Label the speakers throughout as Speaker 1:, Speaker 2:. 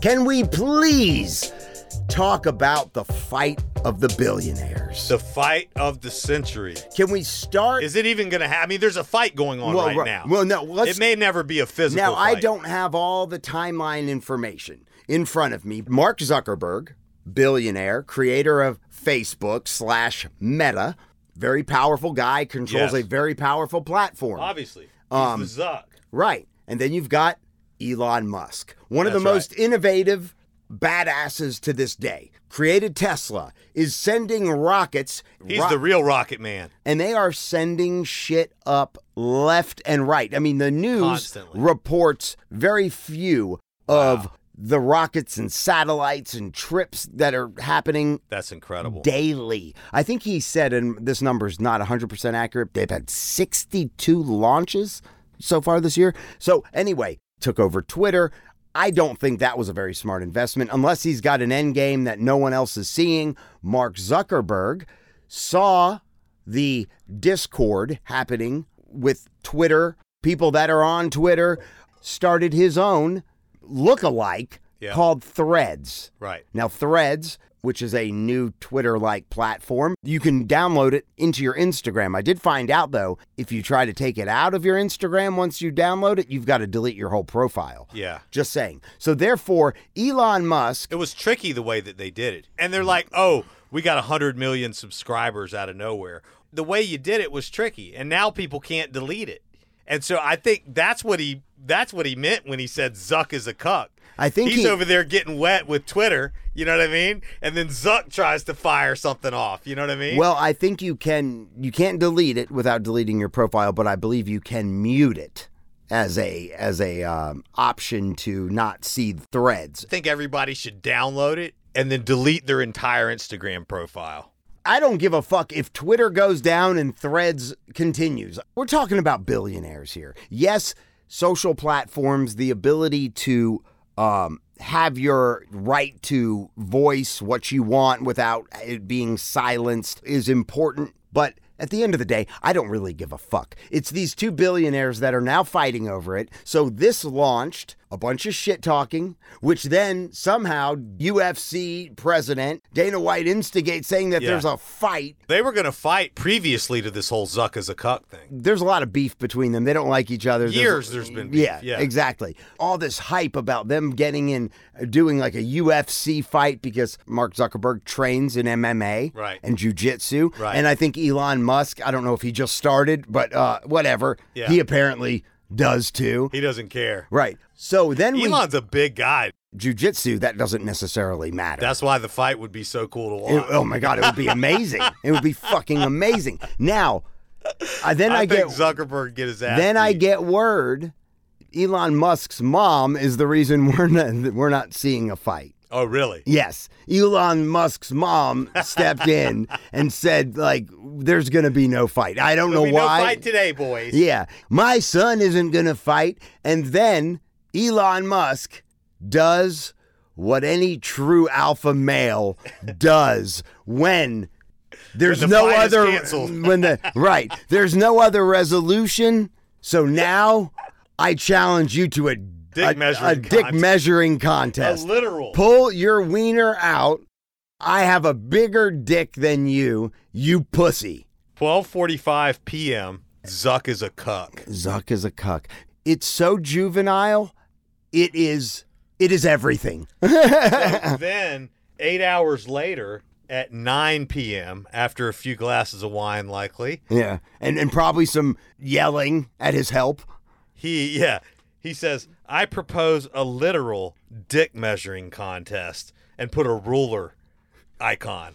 Speaker 1: Can we please talk about the fight of the billionaires?
Speaker 2: The fight of the century.
Speaker 1: Can we start?
Speaker 2: Is it even going to happen? I mean, there's a fight going on
Speaker 1: Well,
Speaker 2: right,
Speaker 1: right.
Speaker 2: now.
Speaker 1: Well, no, let's-
Speaker 2: it may never be a physical.
Speaker 1: now, I
Speaker 2: fight.
Speaker 1: don't have all the timeline information in front of me. Mark Zuckerberg, billionaire, creator of Facebook slash Meta, very powerful guy, controls
Speaker 2: Yes. Uh,
Speaker 1: a very powerful platform.
Speaker 2: Obviously,
Speaker 1: Um,
Speaker 2: he's the Zuck.
Speaker 1: Right. And then you've got Elon Musk, one of the
Speaker 2: That's right.
Speaker 1: most innovative badasses to this day. Created Tesla, is sending rockets.
Speaker 2: He's
Speaker 1: ro-
Speaker 2: the real rocket man.
Speaker 1: and they are sending shit up left and right. I mean, the news
Speaker 2: Constantly.
Speaker 1: reports very few of the rockets and satellites and trips that are happening
Speaker 2: That's incredible.
Speaker 1: daily. I think he said, and this number is not 100% accurate, they've had 62 launches so far this year. So, anyway, took over Twitter. I don't think that was a very smart investment unless he's got an end game that no one else is seeing. Mark Zuckerberg saw the discord happening with Twitter, people that are on Twitter, started his own look-alike
Speaker 2: Yeah.
Speaker 1: called Threads.
Speaker 2: Right.
Speaker 1: Now, Threads, which is a new Twitter like platform, you can download it into your Instagram. I did find out, though, if you try to take it out of your Instagram once you download it, you've got to delete your whole profile.
Speaker 2: Yeah.
Speaker 1: Just saying. So, therefore, Elon Musk,
Speaker 2: It was tricky the way that they did it. And they're like, oh, we got 100 million subscribers out of nowhere. The way you did it was tricky. And now people can't delete it. And so I think that's what he that's what he meant when he said Zuck is a cuck.
Speaker 1: I think
Speaker 2: he's
Speaker 1: he-
Speaker 2: over there getting wet with Twitter, you know what I mean? And then Zuck tries to fire something off, you know what I mean?
Speaker 1: well, I think you can, you can't delete it without deleting your profile, but I believe you can mute it. As a as a um, option to not see threads,
Speaker 2: I think everybody should download it and then delete their entire Instagram profile.
Speaker 1: I don't give a fuck if Twitter goes down and threads continues. We're talking about billionaires here. Yes, social platforms, the ability to um, have your right to voice what you want without it being silenced is important. But at the end of the day, I don't really give a fuck. It's these two billionaires that are now fighting over it. So this launched a bunch of shit talking, which then somehow UFC president Dana White instigates saying that
Speaker 2: Yeah.
Speaker 1: there's a fight.
Speaker 2: They were going to fight previously to this whole Zuck is a cuck thing.
Speaker 1: There's a lot of beef between them. They don't like each other.
Speaker 2: Years there's been beef,
Speaker 1: Yeah,
Speaker 2: yeah.
Speaker 1: exactly. All this hype about them getting in, uh, doing like a UFC fight because Mark Zuckerberg trains in MMA
Speaker 2: Right.
Speaker 1: and jujitsu.
Speaker 2: Right.
Speaker 1: And I think Elon Musk, I don't know if he just started, but uh, whatever.
Speaker 2: Yeah.
Speaker 1: He apparently does too.
Speaker 2: He doesn't care.
Speaker 1: Right. So then
Speaker 2: Elon's a big guy.
Speaker 1: we jujitsu, that doesn't necessarily matter.
Speaker 2: That's why the fight would be so cool to
Speaker 1: It-
Speaker 2: watch.
Speaker 1: oh my God, it would be amazing. it would be fucking amazing. Now, I then I,
Speaker 2: I,
Speaker 1: get
Speaker 2: think Zuckerberg get his ass.
Speaker 1: then I
Speaker 2: beat.
Speaker 1: get word Elon Musk's mom is the reason we're not we're not seeing a fight.
Speaker 2: Oh really?
Speaker 1: Yes, Elon Musk's mom stepped in and said like there's going to be no fight. I don't
Speaker 2: There'll
Speaker 1: know
Speaker 2: be
Speaker 1: why.
Speaker 2: No fight today, boys.
Speaker 1: Yeah, my son isn't going to fight. And then Elon Musk does what any true alpha male does when there's
Speaker 2: When the
Speaker 1: no
Speaker 2: fight is
Speaker 1: other
Speaker 2: canceled.
Speaker 1: when the right, there's no other resolution. So now I challenge you to a
Speaker 2: Dick
Speaker 1: a-
Speaker 2: measuring
Speaker 1: a dick
Speaker 2: contest.
Speaker 1: measuring
Speaker 2: A
Speaker 1: contest.
Speaker 2: literal.
Speaker 1: Pull your wiener out. I have a bigger dick than you, you pussy.
Speaker 2: 12:45 p.m. Zuck is a cuck.
Speaker 1: Zuck is a cuck. It's so juvenile. It is. It is everything.
Speaker 2: So then, eight hours later, at 9 p.m., after a few glasses of wine, likely
Speaker 1: yeah, and and probably some yelling at his help.
Speaker 2: he yeah he says, "I propose a literal dick measuring contest and put a ruler icon."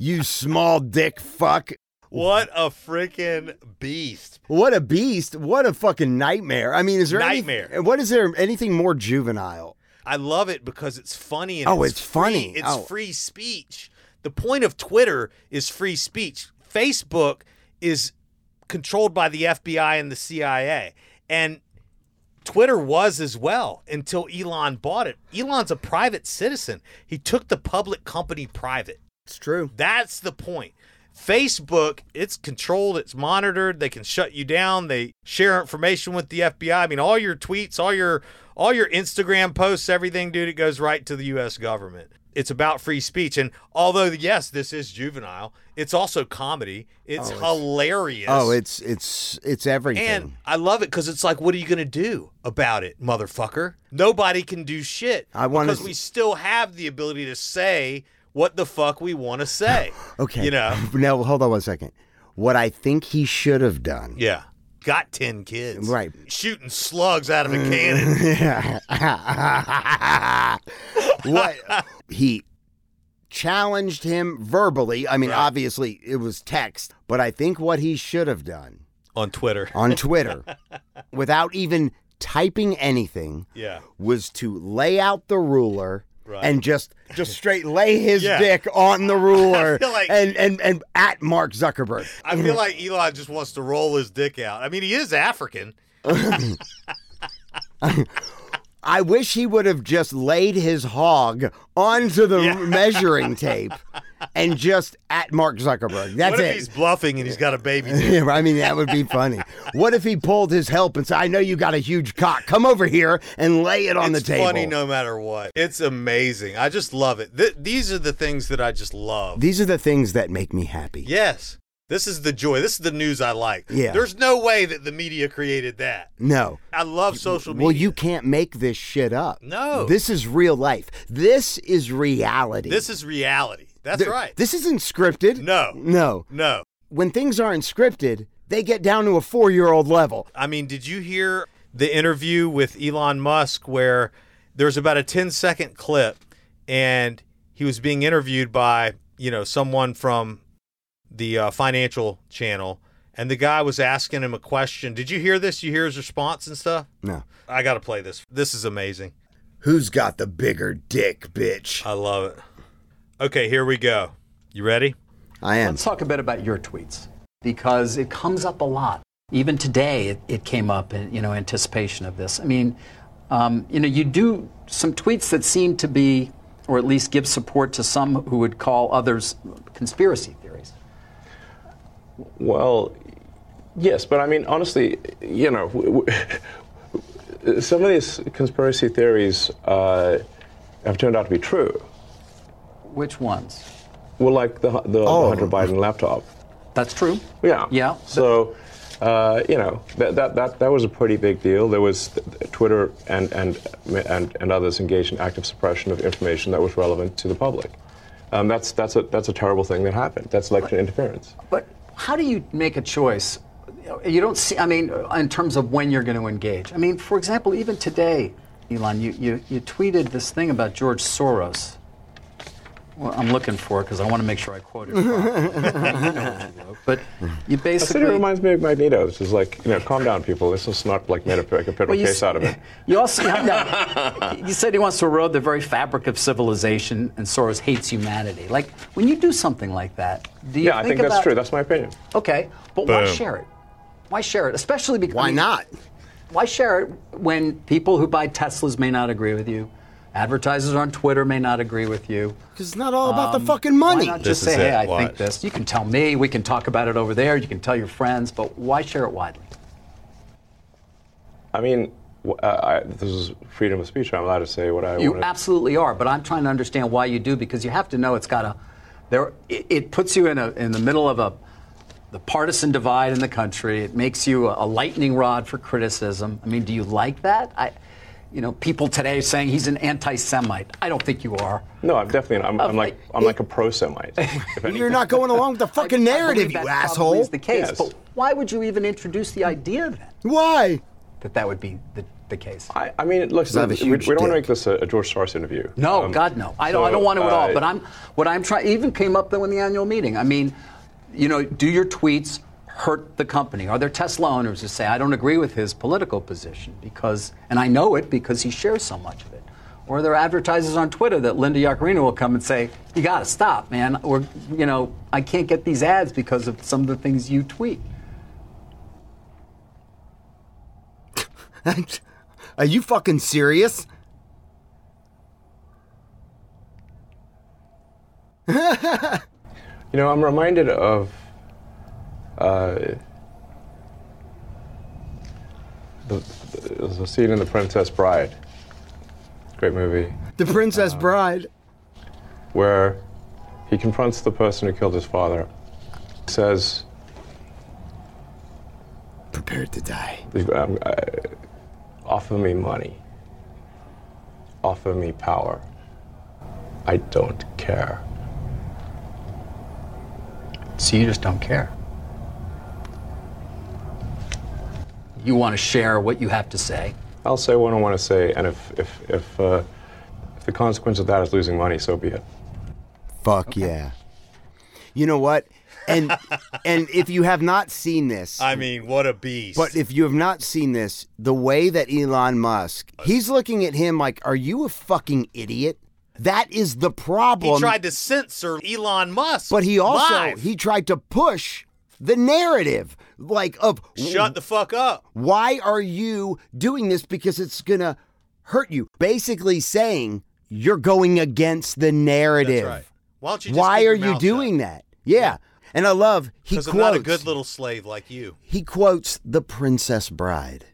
Speaker 1: You small dick fuck.
Speaker 2: What a freaking beast.
Speaker 1: What a beast! What a fucking nightmare! I mean, is there any-
Speaker 2: Nightmare.
Speaker 1: what is there anything more juvenile?
Speaker 2: I love it because it's funny and
Speaker 1: Oh,
Speaker 2: it's,
Speaker 1: it's
Speaker 2: free.
Speaker 1: funny.
Speaker 2: It's
Speaker 1: Oh.
Speaker 2: free speech. The point of Twitter is free speech. Facebook is controlled by the FBI and the CIA. And Twitter was as well until Elon bought it. Elon's a private citizen. He took the public company private.
Speaker 1: It's true.
Speaker 2: That's the point. Facebook, it's controlled, it's monitored. They can shut you down. They share information with the FBI. I mean, all your tweets, all your all your Instagram posts, everything, dude, it goes right to the US government. It's about free speech. And although yes, this is juvenile, it's also comedy. It's hilarious.
Speaker 1: Oh, it's it's it's everything.
Speaker 2: and I love it because it's like, what are you gonna do about it, motherfucker? Nobody can do shit.
Speaker 1: I wanna
Speaker 2: because
Speaker 1: s-
Speaker 2: we still have the ability to say what the fuck we want to say.
Speaker 1: okay,
Speaker 2: you know,
Speaker 1: now hold on one second. What I think he should have done.
Speaker 2: Yeah. Got 10 kids.
Speaker 1: Right. Mm-hmm.
Speaker 2: Shooting slugs out of a cannon.
Speaker 1: what he challenged him verbally. I mean,
Speaker 2: Right.
Speaker 1: obviously it was text, but I think what he should have done
Speaker 2: On Twitter.
Speaker 1: on Twitter, without even typing anything,
Speaker 2: Yeah.
Speaker 1: was to lay out the ruler
Speaker 2: Right.
Speaker 1: and just just straight lay his
Speaker 2: Yeah.
Speaker 1: dick on the ruler
Speaker 2: feel like-
Speaker 1: and, and and at Mark Zuckerberg.
Speaker 2: I feel like Elon just wants to roll his dick out. I mean, he is African.
Speaker 1: I wish he would have just laid his hog onto the measuring tape and just at Mark Zuckerberg. That's
Speaker 2: what if
Speaker 1: it.
Speaker 2: he's bluffing and he's got a baby? dick?
Speaker 1: Yeah, I mean, that would be funny. What if he pulled his help and said, I know you got a huge cock. Come over here and lay it on
Speaker 2: it's
Speaker 1: the table.
Speaker 2: funny no matter what. It's amazing. I just love it. Th- these are the things that I just love.
Speaker 1: These are the things that make me happy.
Speaker 2: yes. This is the joy. This is the news I like.
Speaker 1: Yeah.
Speaker 2: There's no way that the media created that.
Speaker 1: No.
Speaker 2: I love social media.
Speaker 1: Well, you can't make this shit up.
Speaker 2: No.
Speaker 1: This is real life. This is reality.
Speaker 2: This is reality. That's
Speaker 1: Th-
Speaker 2: right.
Speaker 1: This isn't scripted.
Speaker 2: No.
Speaker 1: No.
Speaker 2: no.
Speaker 1: When things aren't scripted, they get down to a four year old level.
Speaker 2: I mean, did you hear the interview with Elon Musk where there's about a 10 second clip and he was being interviewed by, you know, someone from the uh, financial channel and the guy was asking him a question. Did you hear this? You hear his response and stuff?
Speaker 1: No.
Speaker 2: I got to play this. This is amazing.
Speaker 1: Who's got the bigger dick, bitch?
Speaker 2: I love it. Okay, here we go. You ready?
Speaker 1: I am.
Speaker 3: Let's talk a bit about your tweets because it comes up a lot. Even today, it, it came up in you know anticipation of this. I mean, um, you know, you do some tweets that seem to be, or at least give support to some who would call others conspiracy theories.
Speaker 4: Well, yes, but I mean, honestly, you know, w- w- some of these conspiracy theories uh, have turned out to be true.
Speaker 3: Which ones?
Speaker 4: Well, like the hu- the,
Speaker 1: Oh.
Speaker 4: the Hunter Biden laptop.
Speaker 3: That's true.
Speaker 4: Yeah.
Speaker 3: Yeah.
Speaker 4: So, uh, you know, that, that that that was a pretty big deal. There was Twitter and and and, and others engaged in active suppression of information that was relevant to the public. Um, that's that's a that's a terrible thing that happened. That's election interference.
Speaker 3: But how do you make a choice? You don't see, I mean, in terms of when you're going to engage. I mean, for example, even today, Elon, you, you, you tweeted this thing about George Soros. Well, I'm looking for it because I want to make sure I quote it. properly. but you
Speaker 4: I said it
Speaker 3: basically.
Speaker 4: reminds me of Magneto. It's just like, you know, calm down, people. This is not like made a pick a federal
Speaker 3: Well, you,
Speaker 4: case
Speaker 3: s-
Speaker 4: out of it.
Speaker 3: you also no, you said he wants to erode the very fabric of civilization, and Soros hates humanity. Like when you do something like that, do you
Speaker 4: Yeah, I think that's
Speaker 3: about-
Speaker 4: true. That's my opinion.
Speaker 3: Okay, but why
Speaker 2: Boom.
Speaker 3: share it? Why share it? Especially because
Speaker 1: Why not?
Speaker 3: Why share it when people who buy Teslas may not agree with you? Advertisers on Twitter may not agree with you.
Speaker 1: Because it's not all about the fucking money.
Speaker 3: Why not just
Speaker 2: This
Speaker 3: say,
Speaker 2: is
Speaker 3: hey,
Speaker 2: it.
Speaker 3: I
Speaker 2: Watch.
Speaker 3: think this? You can tell me, we can talk about it over there, you can tell your friends, but why share it widely?
Speaker 4: I mean, w- uh, I, this is freedom of speech. I'm allowed to say what I
Speaker 3: You
Speaker 4: want.
Speaker 3: absolutely are, but I'm trying to understand why you do because you have to know it's got a. There, it, it puts you in a in the middle of a the partisan divide in the country. It makes you a, a lightning rod for criticism. I mean, do you like that? I, you know, people today saying he's an anti-Semite. I don't think you are.
Speaker 4: No, I'm definitely not. I'm, I'm like, I'm like a pro Semite.
Speaker 1: You're not going along with the fucking
Speaker 3: I
Speaker 1: narrative,
Speaker 3: believe
Speaker 1: you
Speaker 3: that probably
Speaker 1: asshole.
Speaker 3: Is the case,
Speaker 4: Yes.
Speaker 3: but why would you even introduce the idea then
Speaker 1: Why?
Speaker 3: that that would be the, the case?
Speaker 4: I, I mean, look,
Speaker 1: I have a
Speaker 4: we, we
Speaker 1: huge
Speaker 4: don't
Speaker 1: dick.
Speaker 4: want to make this a, a George Soros interview.
Speaker 3: No,
Speaker 4: Um,
Speaker 3: God, no. I don't. I
Speaker 4: so,
Speaker 3: don't want to at all.
Speaker 4: uh,
Speaker 3: But I'm. What I'm trying even came up though in the annual meeting. I mean, you know, do your tweets hurt the company? Are there Tesla owners who say, I don't agree with his political position because, and I know it because he shares so much of it? Or are there advertisers on Twitter that Linda Yacarino will come and say, you got to stop, man. Or, you know, I can't get these ads because of some of the things you tweet.
Speaker 1: Are you fucking serious?
Speaker 4: You know, I'm reminded of uh, the, the, the scene in The Princess Bride. Great movie.
Speaker 1: The Princess Bride.
Speaker 4: where he confronts the person who killed his father. Says,
Speaker 1: Prepared to die.
Speaker 4: um, uh, "Offer me money. Offer me power. I don't care."
Speaker 3: So you just don't care. You want to share what you have to say.
Speaker 4: I'll say what I want to say, and if if if, uh, if the consequence of that is losing money, so be it.
Speaker 1: Fuck yeah. You know what? And and if you have not seen this,
Speaker 2: I mean, what a beast.
Speaker 1: But if you have not seen this, the way that Elon Musk, he's looking at him like, "Are you a fucking idiot?" That is the problem.
Speaker 2: he tried to censor Elon Musk.
Speaker 1: but he also
Speaker 2: live.
Speaker 1: he tried to push the narrative, like of
Speaker 2: shut the fuck up.
Speaker 1: why are you doing this? Because it's gonna hurt you. Basically saying you're going against the
Speaker 2: That's
Speaker 1: narrative.
Speaker 2: right. Why don't you? Just
Speaker 1: Why
Speaker 2: keep your
Speaker 1: are you
Speaker 2: mouth
Speaker 1: doing that? Yeah. And I love he
Speaker 2: Because
Speaker 1: quotes
Speaker 2: I'm not a good little slave like you.
Speaker 1: he quotes the Princess Bride.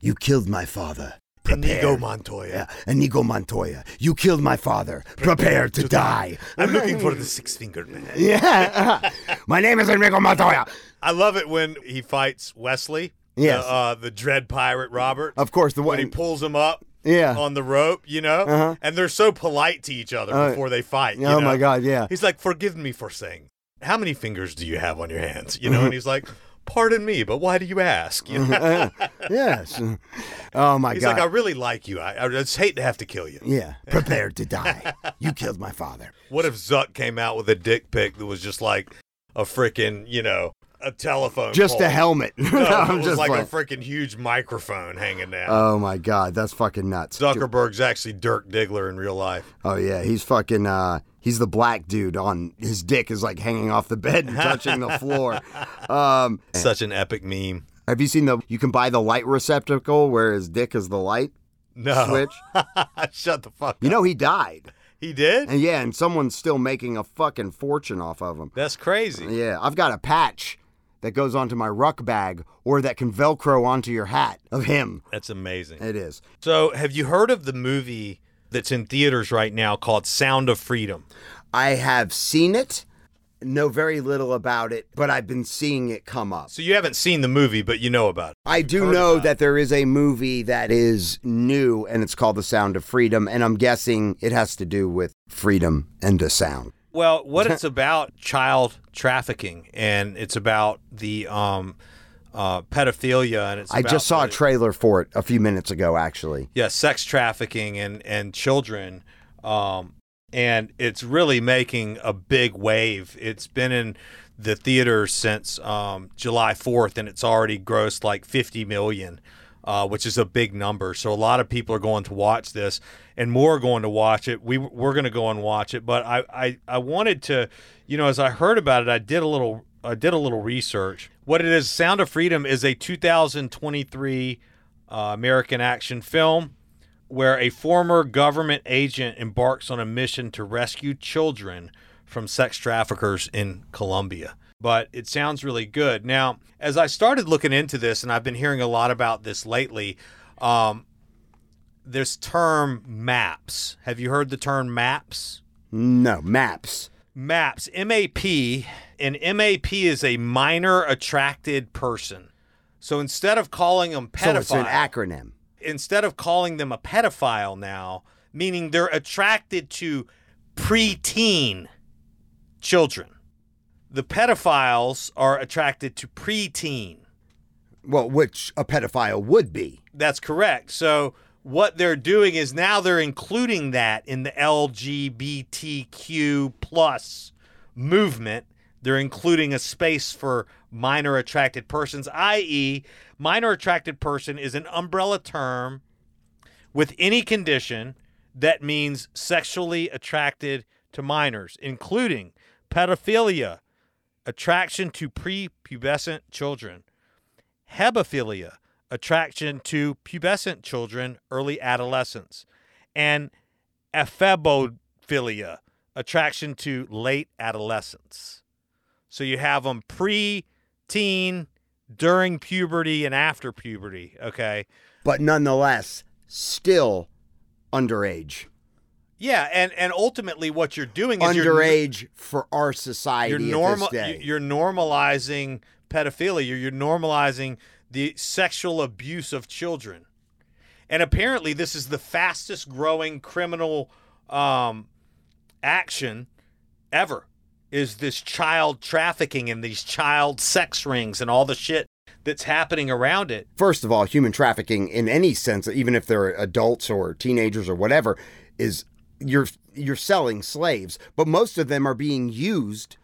Speaker 1: You killed my father. Prepare.
Speaker 2: Montoya.
Speaker 1: Yeah, Inigo Montoya. You killed my father. Prepare to die.
Speaker 2: I'm looking for the six fingered man.
Speaker 1: Yeah. my name is Inigo Montoya.
Speaker 2: I love it when he fights Wesley.
Speaker 1: Yes.
Speaker 2: The, uh, the dread pirate Robert.
Speaker 1: Of course, the
Speaker 2: When he
Speaker 1: one.
Speaker 2: pulls him up
Speaker 1: Yeah.
Speaker 2: on the rope, you know?
Speaker 1: Uh-huh.
Speaker 2: And they're so polite to each other
Speaker 1: Uh,
Speaker 2: before they fight. you
Speaker 1: oh my
Speaker 2: know?
Speaker 1: God, yeah.
Speaker 2: He's like, Forgive me for saying, How many fingers do you have on your hands? You
Speaker 1: Mm-hmm.
Speaker 2: know? and he's like, Pardon me, but why do you ask? You know?
Speaker 1: yes. Oh my
Speaker 2: He's
Speaker 1: God.
Speaker 2: like, I really like you. I, I just hate to have to kill you.
Speaker 1: yeah. Prepare to die. You killed my father.
Speaker 2: What if Zuck came out with a dick pic that was just like a freaking, you know, a telephone?
Speaker 1: Just a
Speaker 2: pole?
Speaker 1: helmet.
Speaker 2: No, it
Speaker 1: I'm
Speaker 2: was
Speaker 1: just
Speaker 2: like,
Speaker 1: playing.
Speaker 2: a freaking huge microphone hanging down.
Speaker 1: Oh my God, that's fucking nuts.
Speaker 2: Zuckerberg's actually Dirk Diggler in real life.
Speaker 1: Oh yeah, he's fucking. Uh, he's the black dude on his dick is like hanging off the bed and touching the floor. Um,
Speaker 2: Such an epic meme.
Speaker 1: have you seen the? You can buy the light receptacle where his dick is the light
Speaker 2: No.
Speaker 1: switch.
Speaker 2: Shut the fuck up.
Speaker 1: You know he died,
Speaker 2: he did?
Speaker 1: and yeah, and someone's still making a fucking fortune off of him.
Speaker 2: That's crazy.
Speaker 1: Yeah, I've got a patch that goes onto my ruck bag or that can velcro onto your hat of him.
Speaker 2: That's amazing.
Speaker 1: It is.
Speaker 2: So, have you heard of the movie that's in theaters right now called Sound of Freedom?
Speaker 1: I have seen it. Know very little about it, but I've been seeing it come up.
Speaker 2: So, you haven't seen the movie, but you know about it.
Speaker 1: I do know that there is a movie that is new and it's called The Sound of Freedom, and I'm guessing it has to do with freedom and a sound.
Speaker 2: Well, what it's about child trafficking, and it's about the um, uh, pedophilia, and it's.
Speaker 1: I
Speaker 2: about
Speaker 1: just saw a
Speaker 2: the-
Speaker 1: trailer for it a few minutes ago, actually.
Speaker 2: yeah, sex trafficking and and children, um, and it's really making a big wave. It's been in the theaters since um, July fourth, and it's already grossed like fifty million, uh, which is a big number. So a lot of people are going to watch this, and more are going to watch it. We we're going to go and watch it, but I, I I wanted to, you know, as I heard about it, I did a little I did a little research. What it is, Sound of Freedom is a 2023 uh, American action film where a former government agent embarks on a mission to rescue children from sex traffickers in Colombia. But it sounds really good. Now, as I started looking into this, and I've been hearing a lot about this lately, um, this term maps. Have you heard the term maps?
Speaker 1: No, maps.
Speaker 2: MAPS, MAP, and MAP is a minor attracted person. So instead of calling them
Speaker 1: So
Speaker 2: pedophile,
Speaker 1: it's an acronym.
Speaker 2: instead of calling them a pedophile now, meaning they're attracted to preteen children. The pedophiles are attracted to preteen.
Speaker 1: Well, which a pedophile would be.
Speaker 2: That's correct. So what they're doing is now they're including that in the LGBTQ plus movement They're including a space for minor attracted persons, i.e., minor attracted person is an umbrella term with any condition that means sexually attracted to minors, including pedophilia, attraction to prepubescent children, hebephilia, attraction to pubescent children, early adolescence, and ephebophilia, attraction to late adolescence. So you have them pre teen, during puberty, and after puberty. Okay.
Speaker 1: but nonetheless, still underage.
Speaker 2: Yeah, and and ultimately, what you're doing is you're,
Speaker 1: Underage for our society
Speaker 2: you're
Speaker 1: at this
Speaker 2: normal
Speaker 1: day.
Speaker 2: you're normalizing pedophilia you're, you're normalizing the sexual abuse of children and apparently this is the fastest growing criminal um, action ever is this child trafficking and these child sex rings and all the shit that's happening around it
Speaker 1: First of all, human trafficking in any sense, even if they're adults or teenagers or whatever, is you're you're selling slaves, but most of them are being used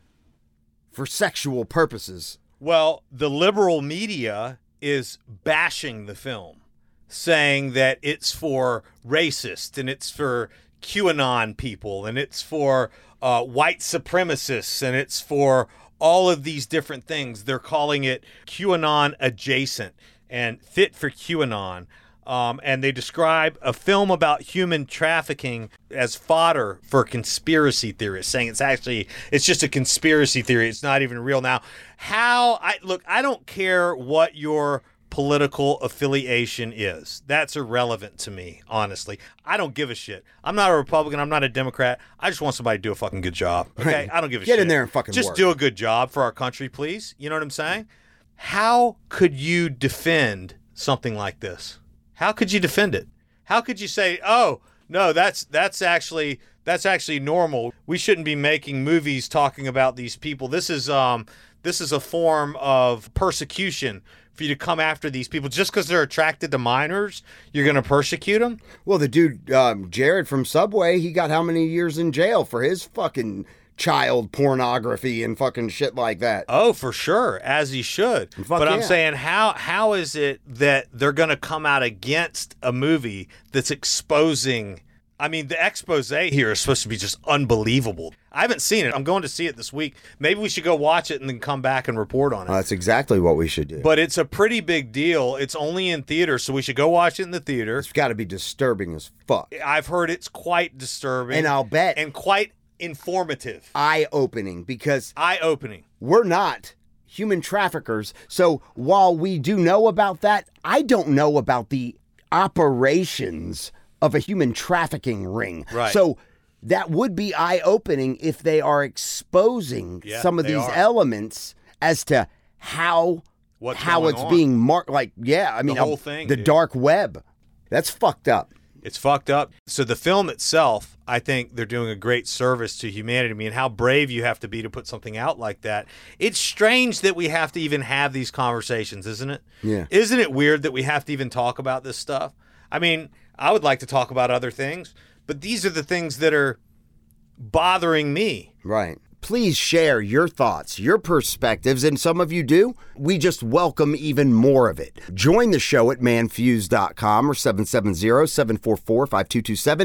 Speaker 1: for sexual purposes.
Speaker 2: Well, the liberal media is bashing the film, saying that it's for racist and it's for QAnon people and it's for uh, white supremacists and it's for all of these different things. They're calling it QAnon adjacent and fit for QAnon. Um, and they describe a film about human trafficking as fodder for conspiracy theorists, saying it's actually it's just a conspiracy theory. It's not even real. Now, how I look, I don't care what your political affiliation is. That's irrelevant to me, honestly. I don't give a shit. I'm not a Republican. I'm not a Democrat. I just want somebody to do a fucking good job. Okay,
Speaker 1: Right.
Speaker 2: I don't give a
Speaker 1: Get
Speaker 2: shit.
Speaker 1: in there and fucking
Speaker 2: just
Speaker 1: work.
Speaker 2: do a good job for our country, please. You know what I'm saying? How could you defend something like this? How could you defend it? How could you say, "Oh, no, that's that's actually that's actually normal. We shouldn't be making movies talking about these people. This is um this is a form of persecution for you to come after these people just because they're attracted to minors. You're going to persecute them."
Speaker 1: Well, the dude um, Jared from Subway, he got how many years in jail for his fucking child pornography and fucking shit like that.
Speaker 2: Oh, for sure, as he should.
Speaker 1: Fuck
Speaker 2: but I'm
Speaker 1: yeah.
Speaker 2: saying, how how is it that they're going to come out against a movie that's exposing? I mean, the expose here is supposed to be just unbelievable. I haven't seen it. I'm going to see it this week. Maybe we should go watch it and then come back and report on it.
Speaker 1: Uh, that's exactly what we should do.
Speaker 2: but it's a pretty big deal. It's only in theater, so we should go watch it in the theater.
Speaker 1: it's got to be disturbing as fuck.
Speaker 2: I've heard it's quite disturbing,
Speaker 1: And I'll bet-
Speaker 2: and quite informative,
Speaker 1: Eye opening because
Speaker 2: eye opening.
Speaker 1: we're not human traffickers. So while we do know about that, I don't know about the operations of a human trafficking ring.
Speaker 2: Right.
Speaker 1: So that would be eye opening if they are exposing
Speaker 2: Yeah,
Speaker 1: some of
Speaker 2: they
Speaker 1: these
Speaker 2: are.
Speaker 1: elements as to how
Speaker 2: What's
Speaker 1: how
Speaker 2: going
Speaker 1: it's
Speaker 2: on.
Speaker 1: being marked. Like, yeah, I mean,
Speaker 2: whole
Speaker 1: um,
Speaker 2: thing,
Speaker 1: the
Speaker 2: dude.
Speaker 1: dark web. That's fucked up.
Speaker 2: It's fucked up. So the film itself, I think they're doing a great service to humanity. I mean, how brave you have to be to put something out like that. It's strange that we have to even have these conversations, isn't it?
Speaker 1: Yeah.
Speaker 2: Isn't it weird that we have to even talk about this stuff? I mean, I would like to talk about other things, but these are the things that are bothering me.
Speaker 1: Right. Please share your thoughts, your perspectives, and some of you do. We just welcome even more of it. Join the show at manfuse.com or 770 744 5227.